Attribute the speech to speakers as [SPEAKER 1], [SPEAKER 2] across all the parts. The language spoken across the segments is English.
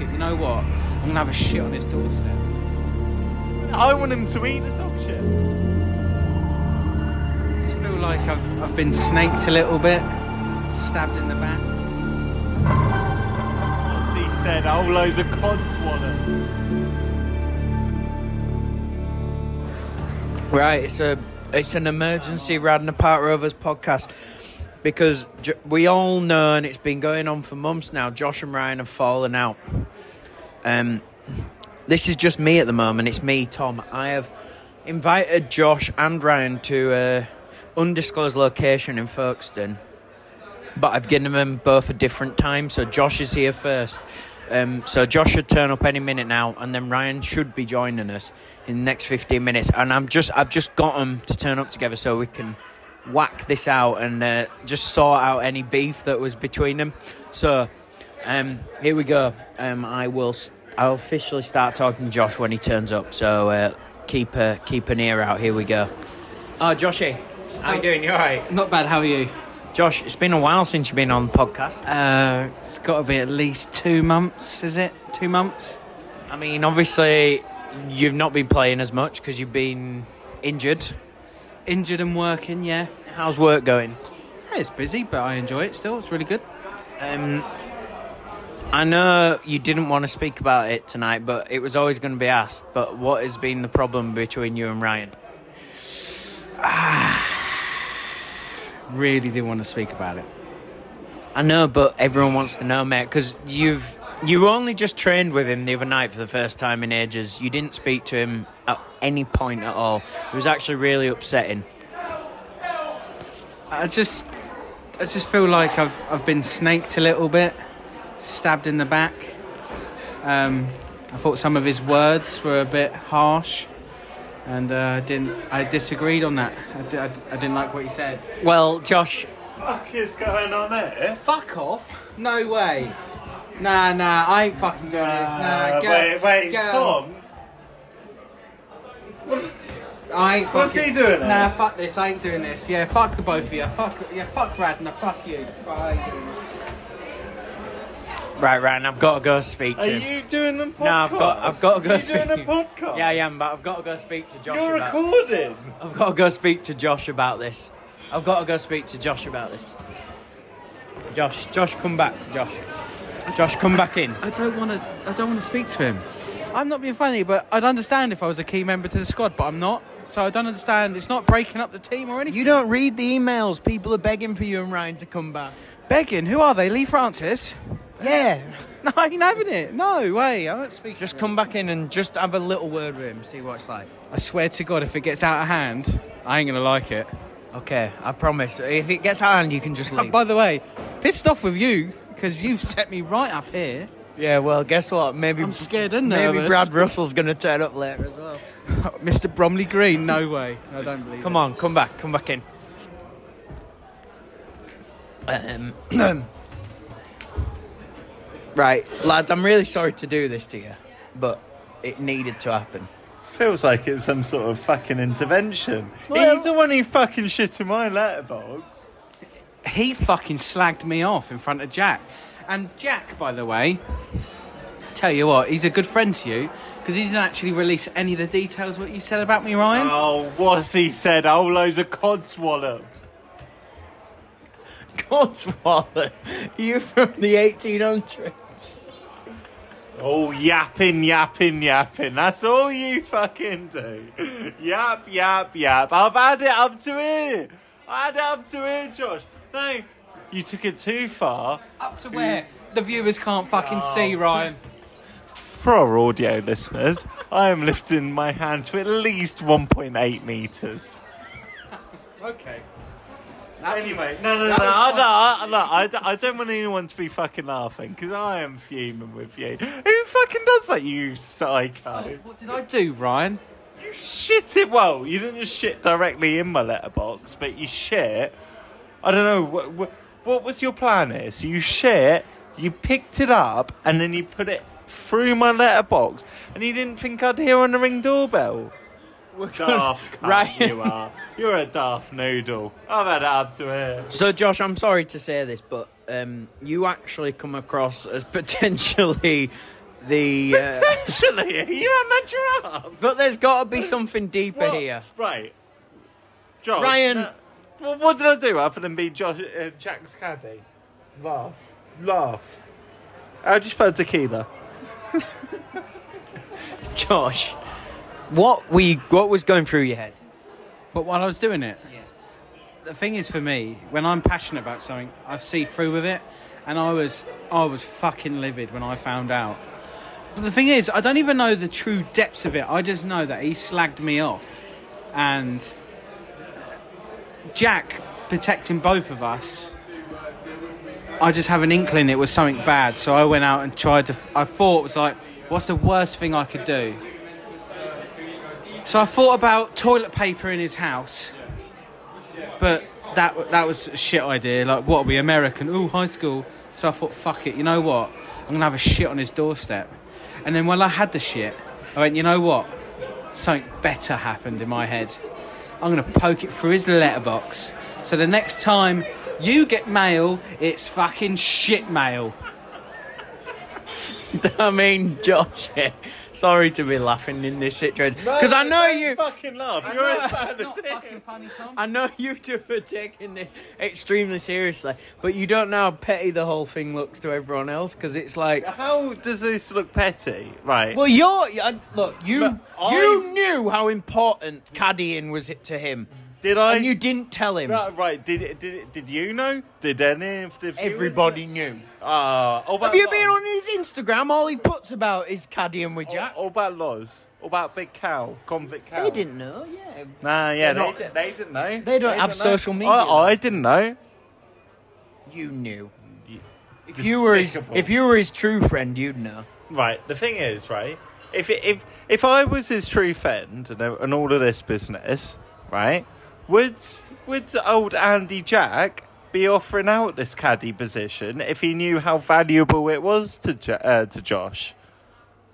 [SPEAKER 1] it. You know what? I'm gonna have a shit on his doorstep.
[SPEAKER 2] I want him to eat the dog shit.
[SPEAKER 1] I just feel like I've, I've been snaked a little bit, stabbed in the back.
[SPEAKER 2] What's he said? A whole loads of codswaller.
[SPEAKER 3] Right, it's a it's an emergency Radnor Park Rovers podcast because J- we all know, and it's been going on for months now. Josh and Ryan have fallen out. Um, this is just me at the moment. It's me, Tom. I have invited Josh and Ryan to a undisclosed location in Folkestone, but I've given them both a different time. So Josh is here first. Um, so Josh should turn up any minute now, and then Ryan should be joining us in the next fifteen minutes. And I'm just I've just got them to turn up together so we can whack this out and uh, just sort out any beef that was between them. So um, here we go. Um, I will st- I'll officially start talking to Josh when he turns up. So uh, keep uh, keep an ear out. Here we go. Oh, Joshy, how you doing? You all right?
[SPEAKER 1] Not bad. How are you?
[SPEAKER 3] Josh, it's been a while since you've been on the podcast.
[SPEAKER 1] Uh, it's got to be at least two months, is it? Two months?
[SPEAKER 3] I mean, obviously, you've not been playing as much because you've been injured.
[SPEAKER 1] Injured and working, yeah.
[SPEAKER 3] How's work going?
[SPEAKER 1] Yeah, it's busy, but I enjoy it still. It's really good.
[SPEAKER 3] Um, I know you didn't want to speak about it tonight, but it was always going to be asked. But what has been the problem between you and Ryan?
[SPEAKER 1] Really didn't want to speak about it.
[SPEAKER 3] I know, but everyone wants to know, mate, because you've you only just trained with him the other night for the first time in ages. You didn't speak to him at any point at all. It was actually really upsetting.
[SPEAKER 1] I just, I just feel like I've I've been snaked a little bit, stabbed in the back. Um, I thought some of his words were a bit harsh, and uh, I didn't. I disagreed on that. I, di- I di- I didn't like what he said.
[SPEAKER 3] Well, Josh,
[SPEAKER 2] Fuck is going on there?
[SPEAKER 1] Fuck off! No way. Nah, nah. I ain't fucking doing this. Nah, go,
[SPEAKER 2] wait, wait,
[SPEAKER 1] go.
[SPEAKER 2] Tom.
[SPEAKER 1] I ain't
[SPEAKER 2] What's
[SPEAKER 1] fucking-
[SPEAKER 2] he doing there?
[SPEAKER 1] Nah, fuck this. I ain't doing this. Yeah, fuck the both of you. Fuck, yeah, fuck Radna. Fuck you. Fuck, I ain't doing this.
[SPEAKER 3] right, Ryan, I've got to go speak
[SPEAKER 2] Are
[SPEAKER 3] to him.
[SPEAKER 2] you doing a podcast?
[SPEAKER 3] No, I've got, I've got to go
[SPEAKER 2] Are you
[SPEAKER 3] speak.
[SPEAKER 2] doing a podcast?
[SPEAKER 3] Yeah, I am, but I've got to go speak to Josh.
[SPEAKER 2] You're
[SPEAKER 3] about-
[SPEAKER 2] recording.
[SPEAKER 3] I've got to go speak to Josh about this. I've got to go speak to Josh about this. Josh, Josh, come back, Josh. Josh, come back in.
[SPEAKER 1] I don't want to. I don't want to speak to him. I'm not being funny, but I'd understand if I was a key member to the squad, but I'm not. So I don't understand. It's not breaking up the team or anything.
[SPEAKER 3] You don't read the emails. People are begging for you and Ryan to come back.
[SPEAKER 1] Begging? Who are they? Lee Francis?
[SPEAKER 3] Yeah.
[SPEAKER 1] No, I ain't having it. No way. I'm not speaking.
[SPEAKER 3] Just come back in and just have a little word with him, see what it's like.
[SPEAKER 1] I swear to God, if it gets out of hand, I ain't gonna like it.
[SPEAKER 3] Okay, I promise. If it gets out of hand, you can just
[SPEAKER 1] And
[SPEAKER 3] leave.
[SPEAKER 1] Oh, by the way, pissed off with you because you've set me right up here.
[SPEAKER 3] yeah, well, guess what? Maybe
[SPEAKER 1] I'm scared and
[SPEAKER 3] Maybe
[SPEAKER 1] nervous.
[SPEAKER 3] Brad Russell's going to turn up later as well.
[SPEAKER 1] Mr. Bromley Green? No way. I don't believe.
[SPEAKER 3] Come on, come back, come back in. Um, right, lads, I'm really sorry to do this to you, but it needed to happen.
[SPEAKER 2] Feels like it's some sort of fucking intervention.
[SPEAKER 3] Well-
[SPEAKER 2] He's the one who fucking shit in my letterbox.
[SPEAKER 1] he fucking slagged me off in front of Jack. And Jack, by the way, tell you what, he's a good friend to you because he didn't actually release any of the details what you said about me, Ryan.
[SPEAKER 2] Oh, what's he said? A whole loads of codswallop.
[SPEAKER 3] Godswallow, you from the 1800s?
[SPEAKER 2] Oh, yapping, yapping, yapping. That's all you fucking do. Yap, yap, yap. I've had it up to here. I had it up to here, Josh. No, you took it too far.
[SPEAKER 1] Up to where? The viewers can't fucking see, Ryan.
[SPEAKER 2] For our audio listeners, I am lifting my hand to at least 1.8 meters.
[SPEAKER 1] Okay.
[SPEAKER 2] Anyway, no, no, no,
[SPEAKER 1] That
[SPEAKER 2] no,
[SPEAKER 1] was
[SPEAKER 2] I, no, I, no, I, I don't want anyone to be fucking laughing because I am fuming with you. Who fucking does that, you psycho?
[SPEAKER 1] What did I do, Ryan?
[SPEAKER 2] shit it well you didn't just shit directly in my letterbox but you shit i don't know what, what, what was your plan here so you shit you picked it up and then you put it through my letterbox and you didn't think i'd hear on the ring doorbell daft cunt
[SPEAKER 3] Right.
[SPEAKER 2] you are you're a daft noodle i've had it up to here
[SPEAKER 3] So, Josh, I'm sorry to say this, but um, you actually come across as potentially the. Uh,
[SPEAKER 2] Actually, are you on that giraffe?
[SPEAKER 3] but there's got to be something deeper
[SPEAKER 2] What?
[SPEAKER 3] here.
[SPEAKER 2] Right. Josh.
[SPEAKER 3] Ryan.
[SPEAKER 2] uh, wh- what did I do other than be Josh, uh, Jack's caddy? Laugh. Laugh. How do you spell tequila?
[SPEAKER 3] Josh, what were you, what was going through your head?
[SPEAKER 1] But while I was doing it, the thing is for me, when I'm passionate about something, I see through with it, and I was I was fucking livid when I found out. But the thing is, I don't even know the true depths of it. I just know that he slagged me off, and Jack protecting both of us. I just have an inkling it was something bad, so I went out and tried to. I thought it was like, what's the worst thing I could do? So I thought about toilet paper in his house, but that that was a shit idea. Like, what are we American? Ooh, high school. So I thought, fuck it. You know what? I'm gonna have a shit on his doorstep. And then while I had the shit, I went, you know what? Something better happened in my head. I'm gonna poke it through his letterbox. So the next time you get mail, it's fucking shit mail.
[SPEAKER 3] I mean, Josh, sorry to be laughing in this situation because I know
[SPEAKER 2] don't
[SPEAKER 3] you.
[SPEAKER 2] Fucking laugh. You're as bad as him.
[SPEAKER 1] funny, Tom.
[SPEAKER 3] I know you two are taking this extremely seriously, but you don't know how petty the whole thing looks to everyone else because it's like,
[SPEAKER 2] How does this look petty? Right.
[SPEAKER 3] well, you're I- look, you
[SPEAKER 2] But
[SPEAKER 3] you
[SPEAKER 2] I've-
[SPEAKER 3] knew how important caddying was to him,
[SPEAKER 2] did I?
[SPEAKER 3] and you didn't tell him.
[SPEAKER 2] Right, right. Did it- did it- did you know? Did any of the viewers
[SPEAKER 3] Everybody knew.
[SPEAKER 2] know? Ah, all about
[SPEAKER 3] Have you been
[SPEAKER 2] Loz.
[SPEAKER 3] on his Instagram? All he puts about is caddying with Jack.
[SPEAKER 2] All, all about Loz. All about Big Cow, Convict Cow.
[SPEAKER 3] They didn't know, yeah.
[SPEAKER 2] Nah, yeah,
[SPEAKER 3] They're
[SPEAKER 2] they,
[SPEAKER 3] not-
[SPEAKER 2] did, they didn't know.
[SPEAKER 3] They don't have
[SPEAKER 2] know.
[SPEAKER 3] social media.
[SPEAKER 2] I, I didn't know.
[SPEAKER 3] You knew. If
[SPEAKER 2] Despicable.
[SPEAKER 3] you were his, if you were his true friend, you'd know.
[SPEAKER 2] right, the thing is, right, if it- if if I was his true friend and, uh, and all of this business, right, would would old Andy Jack be offering out this caddy position if he knew how valuable it was to jo- uh, to Josh?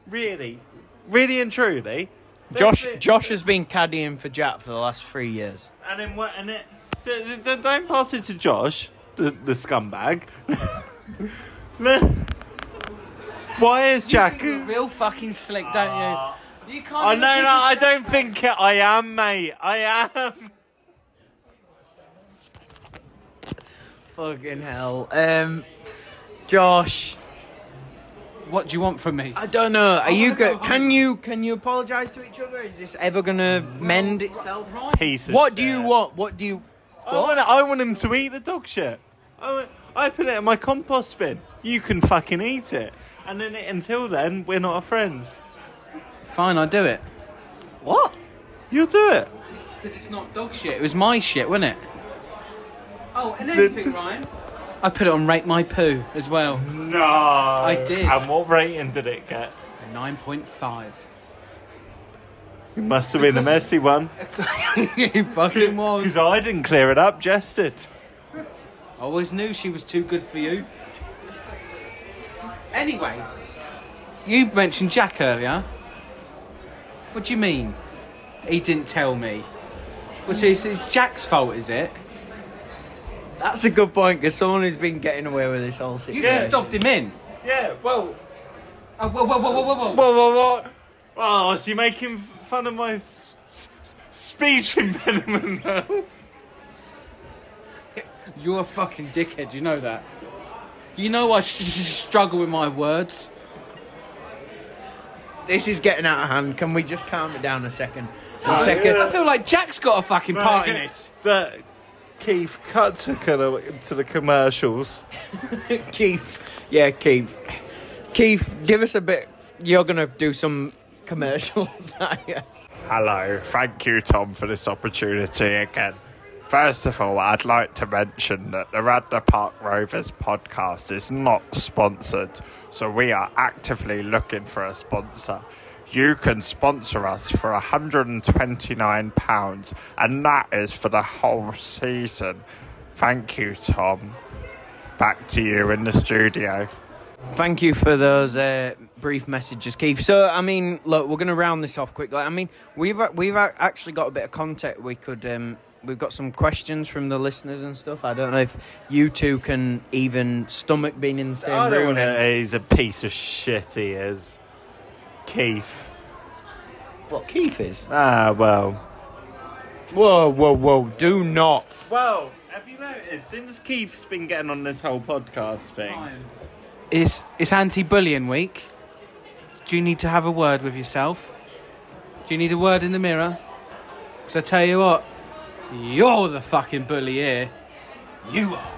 [SPEAKER 2] Really, really and truly,
[SPEAKER 3] Josh
[SPEAKER 2] That's it.
[SPEAKER 3] Josh has been caddying for Jack for the last three years.
[SPEAKER 2] and then what? And it so- so- so don't pass it to Josh, the, the scumbag. Why is Jack?
[SPEAKER 1] You're real fucking slick, don't you? You can't.
[SPEAKER 2] Oh
[SPEAKER 1] even
[SPEAKER 2] no,
[SPEAKER 1] keep
[SPEAKER 2] no,
[SPEAKER 1] a
[SPEAKER 2] I don't think it. I am, mate. I am.
[SPEAKER 3] Fucking hell. Um, Josh,
[SPEAKER 1] What do you want from me?
[SPEAKER 3] I don't know.
[SPEAKER 2] Oh,
[SPEAKER 3] Are you
[SPEAKER 1] wanna
[SPEAKER 3] go-
[SPEAKER 1] go
[SPEAKER 3] can you can you apologize to each other? Is this ever gonna mend itself?
[SPEAKER 2] Pieces.
[SPEAKER 3] What do you want? What do you?
[SPEAKER 2] I want, I want him to eat the dog shit. I, want, I put it in my compost bin. You can fucking eat it. And then until then, we're not friends.
[SPEAKER 1] Fine, I'll do it.
[SPEAKER 2] What? You'll do it.
[SPEAKER 1] Because it's not dog shit. It was my shit, wasn't it? Oh, and
[SPEAKER 2] anything,
[SPEAKER 1] Ryan. I put it on rate my poo as well.
[SPEAKER 2] No. I
[SPEAKER 1] did.
[SPEAKER 2] And what rating did it get?
[SPEAKER 1] A nine point five.
[SPEAKER 2] It must have been a messy one.
[SPEAKER 1] it fucking was.
[SPEAKER 2] Because I didn't clear it up, Jess did.
[SPEAKER 1] I always knew she was too good for you. Anyway, you mentioned Jack earlier. What do you mean? He didn't tell me. Well, so it's, it's Jack's fault, is it?
[SPEAKER 3] That's a good point because someone who's been getting away with this whole
[SPEAKER 1] You
[SPEAKER 3] situation.
[SPEAKER 2] Yeah.
[SPEAKER 1] just dobbed him in.
[SPEAKER 2] Yeah, well,
[SPEAKER 1] Oh, whoa, whoa, whoa, whoa, whoa, whoa.
[SPEAKER 2] Whoa, whoa, whoa. Oh, so you're making f- fun of my s- s- s- speech impediment now?
[SPEAKER 1] You're a fucking dickhead, you know that. You know I s- s- struggle with my words.
[SPEAKER 3] This is getting out of hand. Can we just calm it down a second? We'll take
[SPEAKER 2] yeah.
[SPEAKER 1] I feel like Jack's got a fucking part in this.
[SPEAKER 2] That Keith, cut to, colo- to the commercials.
[SPEAKER 3] a Keith. Yeah, Keith. Keith, give us a bit. You're gonna do some commercials, aren't you?
[SPEAKER 2] Hello, thank you, Tom, for this opportunity again. First of all, I'd like to mention that the Radnor Park Rovers podcast is not sponsored, so we are actively looking for a sponsor. You can sponsor us for £129, and that is for the whole season. Thank you, Tom. Back to you in the studio.
[SPEAKER 3] Thank you for those uh, brief messages, Keith. So, I mean, look, we're going to round this off quickly. I mean, we've we've a- actually got a bit of content we could um, We've got some questions from the listeners and stuff. I don't know if you two can even stomach being in the same
[SPEAKER 2] I don't
[SPEAKER 3] room.
[SPEAKER 2] wanna- He's a piece of shit. He is. Keith.
[SPEAKER 3] What Keith is?
[SPEAKER 2] Ah well.
[SPEAKER 3] Whoa, whoa, whoa! Do not.
[SPEAKER 2] Well, have you noticed since Keith's been getting on this whole podcast thing?
[SPEAKER 1] It's it's anti-bullying week. Do you need to have a word with yourself? Do you need a word in the mirror? Because I tell you what, you're the fucking bully here. You are.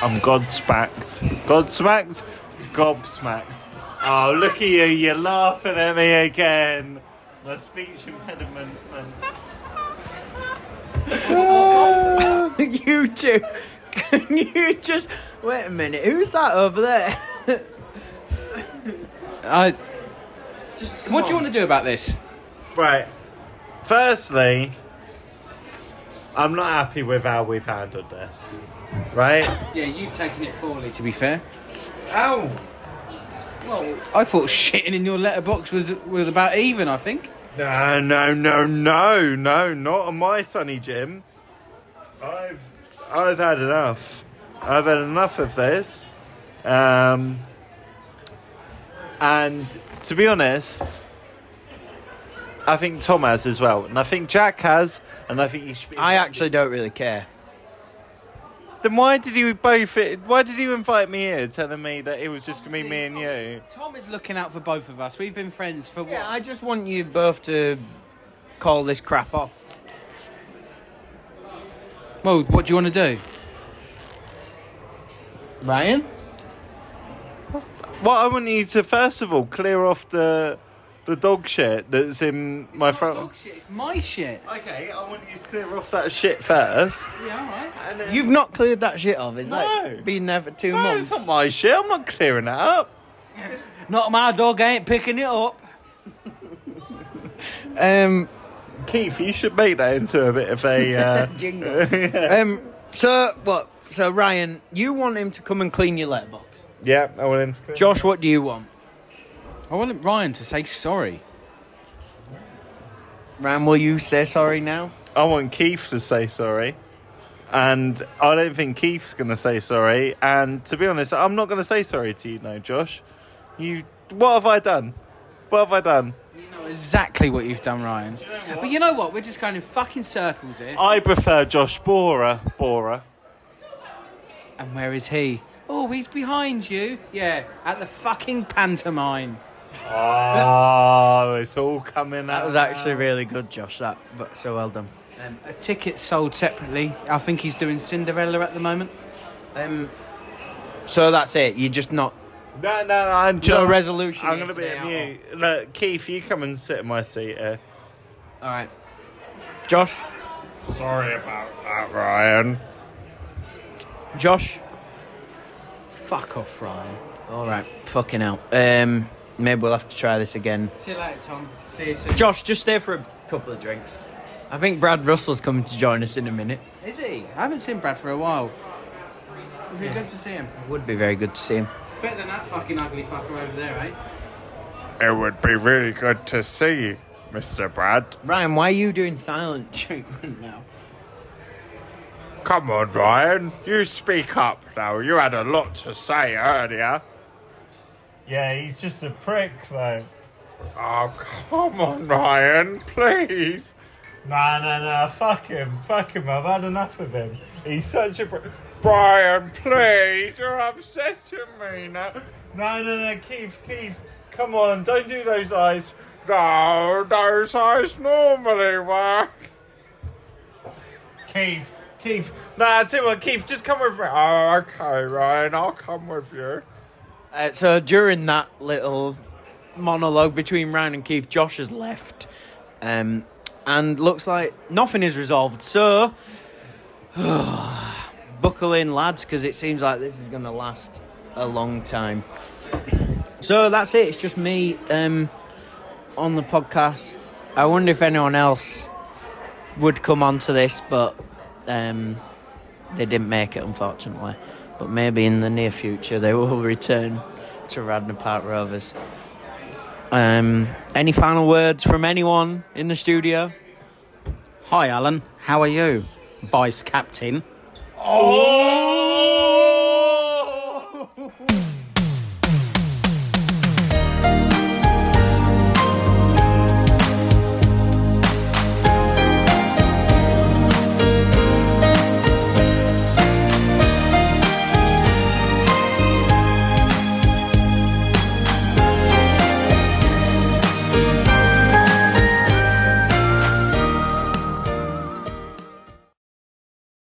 [SPEAKER 2] I'm godsmacked. Godsmacked? Gobsmacked. Oh, look at you. You're laughing at me again. My speech impediment. man.
[SPEAKER 3] you two, can you just wait a minute? Who's that over there?
[SPEAKER 1] I,
[SPEAKER 3] Just
[SPEAKER 1] what do you want to do about this?
[SPEAKER 2] Right. Firstly, I'm not happy with how we've handled this. Right?
[SPEAKER 1] Yeah, you've taken it poorly. To be fair,
[SPEAKER 2] Ow!
[SPEAKER 1] I thought shitting in your letterbox was was about even. I think.
[SPEAKER 2] No, no, no, no, no, not on my sunny Jim. I've I've had enough. I've had enough of this. Um, and to be honest, I think Tom has as well, and I think Jack has, and I think you should. Be
[SPEAKER 3] I actually don't really care.
[SPEAKER 2] Then why did you both? Why did you invite me here, telling me that it was just gonna be me and you?
[SPEAKER 1] Tom is looking out for both of us. We've been friends for what?
[SPEAKER 3] Yeah, I just want you both to call this crap off.
[SPEAKER 1] well, what do you want to do?
[SPEAKER 3] Ryan?
[SPEAKER 2] Well, I want you to first of all clear off the the dog shit that's in my
[SPEAKER 1] It's not
[SPEAKER 2] front.
[SPEAKER 1] dog shit. It's my shit.
[SPEAKER 2] Okay, I want you to clear off that shit first.
[SPEAKER 1] Yeah, all right.
[SPEAKER 2] And then...
[SPEAKER 3] You've not cleared that shit off, is
[SPEAKER 2] No.
[SPEAKER 3] that? Been there for two
[SPEAKER 2] no,
[SPEAKER 3] months.
[SPEAKER 2] it's not my shit. I'm not clearing that up.
[SPEAKER 1] Not my dog. I ain't picking it up.
[SPEAKER 3] Um,
[SPEAKER 2] Keith, you should make that into a bit of a. Uh...
[SPEAKER 3] um, so what? So Ryan, you want him to come and clean your letterbox.
[SPEAKER 2] yeah, I want him to clear.
[SPEAKER 3] Josh, what do you want?
[SPEAKER 1] I wanted Ryan to say sorry.
[SPEAKER 3] Ryan, will you say sorry now?
[SPEAKER 2] I want Keith to say sorry. And I don't think Keith's going to say sorry. And to be honest, I'm not going to say sorry to you now, Josh. You, What have I done? What have I done?
[SPEAKER 1] You know exactly what you've done, Ryan. but you know what? We're just going in fucking circles here.
[SPEAKER 2] I prefer Josh Borer. Borer.
[SPEAKER 1] And where is he? Oh, he's behind you. Yeah, at the fucking pantomime.
[SPEAKER 2] Oh, it's all coming out.
[SPEAKER 3] That was actually really good, Josh. That, but so well done.
[SPEAKER 1] Um, A ticket sold separately. I think he's doing Cinderella at the moment.
[SPEAKER 3] Um, so that's it. You're just not
[SPEAKER 2] No, no, no. I'm just,
[SPEAKER 3] no resolution.
[SPEAKER 2] I'm
[SPEAKER 3] here
[SPEAKER 2] going to be a
[SPEAKER 3] today at
[SPEAKER 2] mute. Look, Keith, you come and sit in my seat here.
[SPEAKER 3] all. All right, Josh.
[SPEAKER 2] Sorry about that, Ryan.
[SPEAKER 3] Josh.
[SPEAKER 1] Fuck off, Ryan.
[SPEAKER 3] All right, fucking hell. Um, maybe we'll have to try this again.
[SPEAKER 1] See you later, Tom. See you soon.
[SPEAKER 3] Josh, just stay for a couple of drinks. I think Brad Russell's coming to join us in a minute.
[SPEAKER 1] Is he? I haven't seen Brad for a while. It'd be good to see him.
[SPEAKER 3] Would be very good to see him.
[SPEAKER 1] Better than that fucking ugly fucker over there, eh?
[SPEAKER 2] It would be really good to see you, Mr. Brad.
[SPEAKER 3] Ryan, why are you doing silent treatment now?
[SPEAKER 2] Come on, Ryan. You speak up now. You had a lot to say earlier. Yeah, he's just a prick, though. Oh, come on, Ryan. Please. Nah, nah, nah. Fuck him. Fuck him. I've had enough of him. He's such a prick. Brian, please. You're upsetting me now. No, no, no. Keith, Keith. Come on. Don't do those eyes. No, those eyes normally work. Keith, Keith. Nah, tell you what, Keith, just come with me. Oh, okay, Ryan, I'll come with you.
[SPEAKER 3] Uh, so during that little monologue between Ryan and Keith, Josh has left, um, and looks like nothing is resolved. So buckle in, lads, because it seems like this is going to last a long time. So that's it. It's just me um, on the podcast. I wonder if anyone else would come onto this, but um, they didn't make it, unfortunately. But maybe in the near future they will return to Radnor Park Rovers. Um, any final words from anyone in the studio?
[SPEAKER 1] Hi, Alan. How are you? Vice Captain.
[SPEAKER 2] Oh!